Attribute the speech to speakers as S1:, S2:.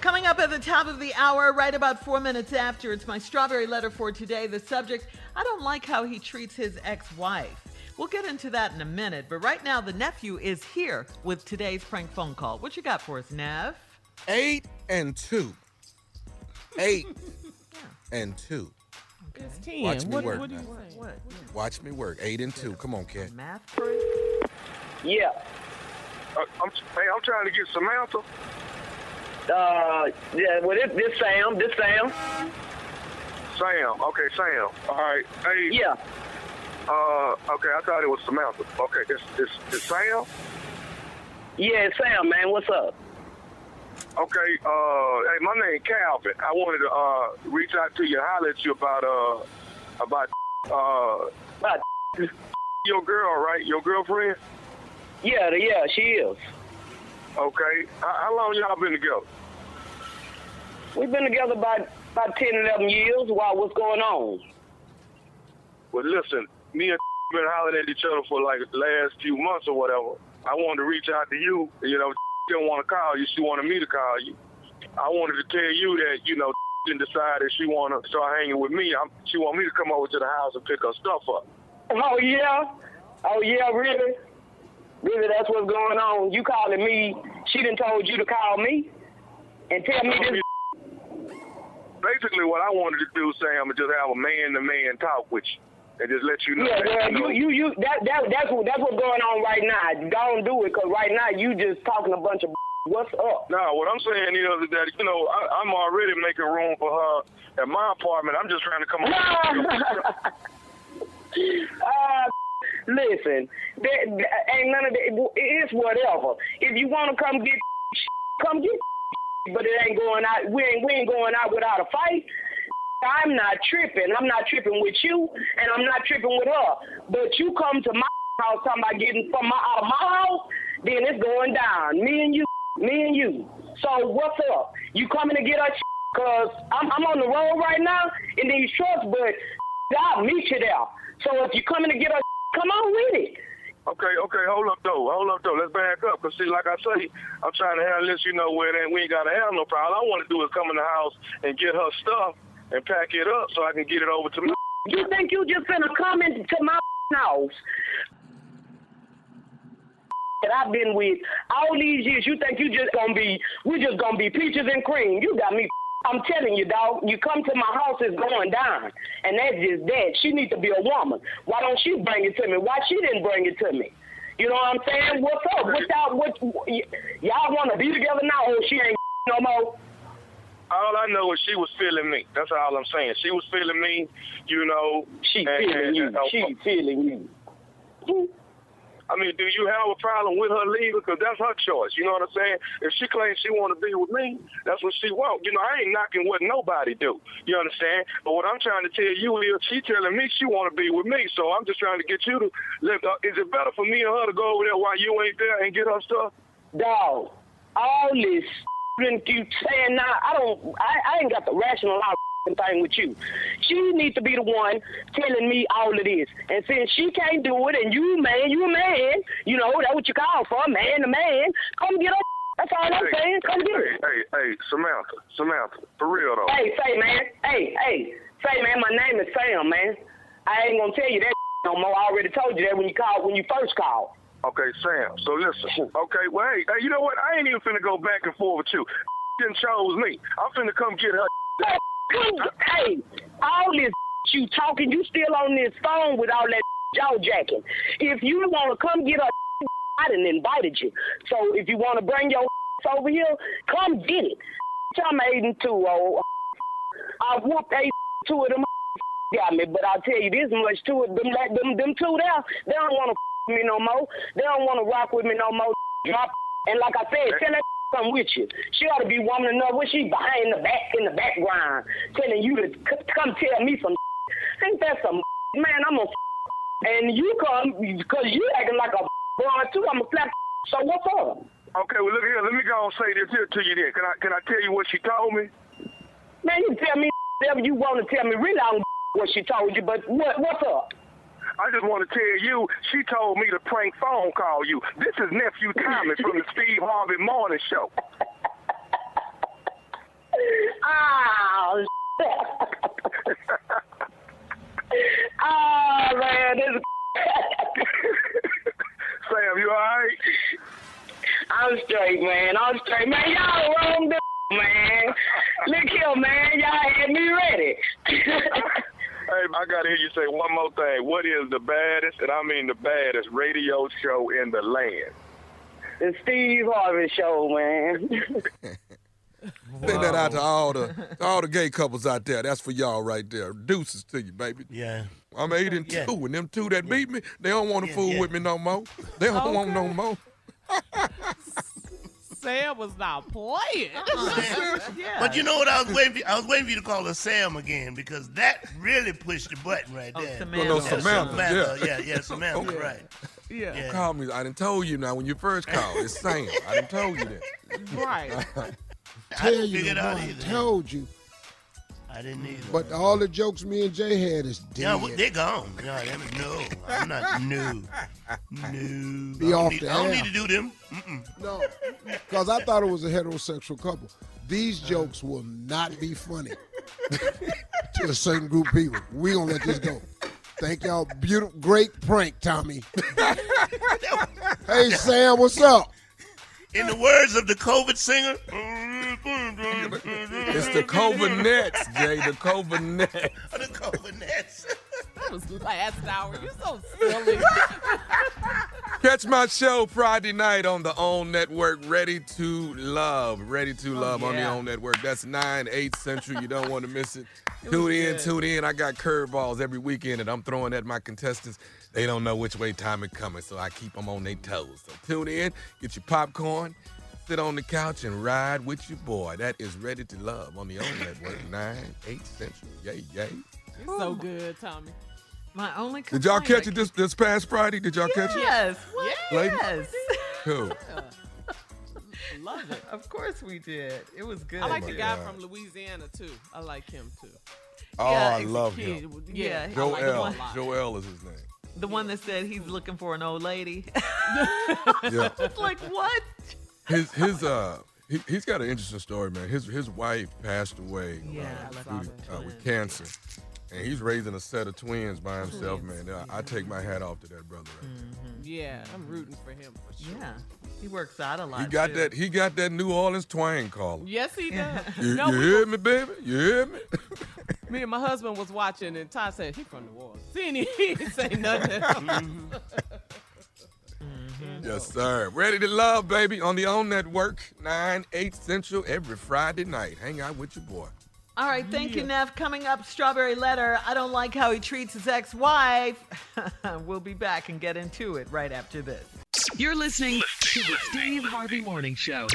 S1: Coming up at the top of the hour, right about four minutes after, it's my strawberry letter for today. The subject I don't like how he treats his ex wife. We'll get into that in a minute, but right now, the nephew is here with today's prank phone call. What you got for us, Nev?
S2: Eight and two. Eight and two.
S3: It's 10.
S2: Watch me
S3: what,
S2: work
S3: what do you
S2: now.
S3: say?
S1: What?
S2: Watch me work. Eight and two. Come on, cat.
S1: Math break?
S4: Yeah.
S5: Uh, I'm, hey, I'm trying to get Samantha.
S4: Uh, yeah. Well, this, this Sam, this Sam.
S5: Sam. Okay, Sam. All right. Hey.
S4: Yeah.
S5: Uh, okay, I thought it was Samantha. Okay, it's, it's, it's Sam.
S4: Yeah, it's Sam, man. What's up?
S5: Okay. Uh, hey, my name Calvin. I wanted to uh, reach out to you, holler at you about uh, about uh,
S4: About
S5: your girl, right? Your girlfriend.
S4: yeah, the- yeah, she is.
S5: Okay. How, how long y'all been together?
S4: We've been together about about 10, 11 years. Why? What's going on?
S5: Well, listen, me and been hollering at each other for like the last few months or whatever. I wanted to reach out to you. You know, didn't want to call you. She wanted me to call you. I wanted to tell you that you know didn't decide that she want to start hanging with me. I'm, she want me to come over to the house and pick her stuff up.
S4: Oh yeah, oh yeah, really, really. That's what's going on. You calling me? She done told you to call me and tell me this.
S5: Basically, what I wanted to do, Sam, is just have a man-to-man talk with you and just let you know.
S4: Yeah,
S5: that,
S4: girl,
S5: know,
S4: you, you, you, that, that, that's what, that's what's going on right now. Don't do it, cause right now you just talking a bunch of. What's up?
S5: No, what I'm saying is that you know I, I'm already making room for her at my apartment. I'm just trying to come. over.
S4: Uh, listen, that, that ain't none of that. It's whatever. If you wanna come get, come get. But it ain't going out. We ain't, we ain't going out without a fight. I'm not tripping. I'm not tripping with you, and I'm not tripping with her. But you come to my house talking about getting from my out of my house, then it's going down. Me and you, me and you. So what's up? You coming to get us? Cause I'm I'm on the road right now in these trucks, but I'll meet you there. So if you coming to get us, come on with it.
S5: Okay, okay, hold up though, hold up though. Let's back up, cause see, like I say, I'm trying to handle this. You know where it ain't. We ain't gotta have no problem. All I want to do is come in the house and get her stuff and pack it up so I can get it over to me.
S4: You think you just finna come into my house that I've been with all these years? You think you just gonna be? We just gonna be peaches and cream? You got me. I'm telling you, dog. You come to my house, it's going down, and that's just that. She needs to be a woman. Why don't she bring it to me? Why she didn't bring it to me? You know what I'm saying? What's up? What y'all? What y- y'all want to be together now? Oh, she ain't no more.
S5: All I know is she was feeling me. That's all I'm saying. She was feeling me. You know.
S4: She
S5: and-
S4: feeling
S5: and-
S4: you.
S5: and- uh,
S4: She feeling you.
S5: I mean, do you have a problem with her leaving? Because that's her choice. You know what I'm saying? If she claims she want to be with me, that's what she want. You know, I ain't knocking what nobody do. You understand? But what I'm trying to tell you is, she telling me she want to be with me. So I'm just trying to get you to. Let, uh, is it better for me and her to go over there while you ain't there and get her stuff?
S4: dog, all this and you saying now, I don't, I, I ain't got the rational thing with you. She needs to be the one telling me all of this. And since she can't do it, and you man, you a man, you know that's what you call for, man to man. Come get her. That's all I'm saying. Come get her.
S5: hey, hey, hey, Samantha, Samantha, for real though.
S4: Hey, say man, hey, hey, say man, my name is Sam, man. I ain't gonna tell you that no more. I already told you that when you called, when you first called.
S5: Okay, Sam. So listen. Okay, well, hey, hey, you know what? I ain't even finna go back and forth with you. Didn't chose me. I'm finna come get her.
S4: hey, all this you talking, you still on this phone with all that jaw jacking. If you want to come get us, I done invited you. So if you want to bring your over here, come get it. I'm Aiden too, oh. I whooped a two of them got me, but I'll tell you this much too, them, la- them, them two there, they don't want to me no more. They don't want to rock with me no more. Drop. And like I said, tell that come with you. She ought to be woman enough when she behind the back in the background telling you to c- come tell me some. Ain't that some man? I'm gonna and you come because you acting like a broad too. I'm gonna slap. So what's up?
S5: Okay, well look here. Let me go and say this here to you. Then can I can I tell you what she told me?
S4: Man, you tell me whatever you want to tell me. Really, I don't what she told you, but what what's up?
S5: I just want to tell you she told me to prank phone call you. This is nephew Tommy from the Steve Harvey Morning Show.
S4: Ah, straight, man. I'm straight, man. Y'all wrong, man. Look here, man. Y'all had me ready.
S5: Hey, I gotta hear you say one more thing. What is the baddest, and I mean the baddest, radio show in the land?
S4: the Steve Harvey show, man.
S2: Send that out to all the all the gay couples out there. That's for y'all right there. Deuces to you, baby.
S3: Yeah.
S2: I'm eight and
S3: Yeah.
S2: two, and them two that beat me, they don't want to fool
S3: yeah.
S2: with me no more. They don't want no more.
S6: Sam was not playing.
S3: yeah. But you know what? I was waiting. For, I was waiting for you to call her Sam again because that really pushed the button right
S1: Oh,
S3: there.
S1: Samantha.
S2: no,
S3: Yeah,
S2: Samantha,
S3: Samantha.
S2: yeah.
S3: Yeah, yeah, Samantha. Right.
S6: yeah.
S3: Yeah.
S2: Call me. I didn't told you now when you first called. It's Sam. I didn't told you that.
S6: Right.
S3: I
S7: Tell
S3: didn't
S7: you,
S3: figure it
S7: the
S3: out
S7: one
S3: either.
S7: told you.
S3: I didn't either.
S7: But all the jokes me and Jay had is dead.
S3: yeah, well, they're gone. No, them- no, I'm not. No, no.
S7: Be
S3: I don't
S7: off
S3: need,
S7: the
S3: I don't
S7: air.
S3: need to do them. Mm-mm.
S7: no, because I thought it was a heterosexual couple. These jokes will not be funny to a certain group of people. We gonna let this go. Thank y'all. Beautiful, great prank, Tommy. hey Sam, what's up?
S3: In the words of the COVID singer,
S2: It's the COVID nets, Jay. The COVID nets.
S3: the COVID nets.
S6: That was last hour. You're so silly.
S2: Catch my show Friday night on the OWN Network, Ready to Love. Ready to Love on the
S6: yeah.
S2: OWN Network. That's 9, 8 Central. You don't want to miss it. Tune in, tune in. I got curveballs every weekend and I'm throwing at my contestants. They don't know which way time is coming, so I keep them on their toes. So tune in, get your popcorn, sit on the couch, and ride with your boy. That is Ready to Love on the OWN Network, 9, 8 Central. Yay, yay.
S6: You're so good, Tommy.
S1: My only
S2: Did y'all
S1: complaint-
S2: catch it this, this past Friday? Did y'all catch it?
S1: Yes. What?
S2: Lady?
S1: Yes.
S2: Cool.
S6: Love it.
S1: Of course we did. It was good.
S6: I like
S2: Oh my
S6: the guy
S2: God.
S6: from Louisiana too. I like him too.
S2: Oh,
S1: Yeah,
S2: I love him.
S6: Kid,
S1: Yeah,
S6: yeah, I like him a
S2: Joel.
S6: lot.
S2: Joel is his name.
S1: the one that said he's looking for an old lady.
S2: Yeah.
S1: like what?
S2: his his uh he, he's got an interesting story, man. His his wife passed away uh,
S1: Yeah, I
S2: due
S1: saw
S2: to-
S1: that.
S2: uh, with cancer. And he's raising a set of twins by himself, man. I, I take my hat off to that brother. Right
S6: Yeah, I'm rooting for him for sure.
S1: Yeah. He works out a
S2: there.
S1: lot.
S2: He got
S1: too.
S2: that he got that New Orleans twang caller.
S6: Yes, he does.
S2: You,
S6: no,
S2: you
S6: we-
S2: hear me, baby? You hear me?
S6: me and my husband was watching, and Ty said he from New Orleans. See, and he didn't say nothing. else.
S2: yes, sir. Ready to love, baby, on the OWN Network, 9, 8 Central, every Friday night. Hang out with your boy.
S1: All right, thank you, Neff. Coming up, Strawberry Letter. I don't like how he treats his ex wife. we'll be back and get into it right after this.
S8: You're listening to the Steve Harvey Morning Show.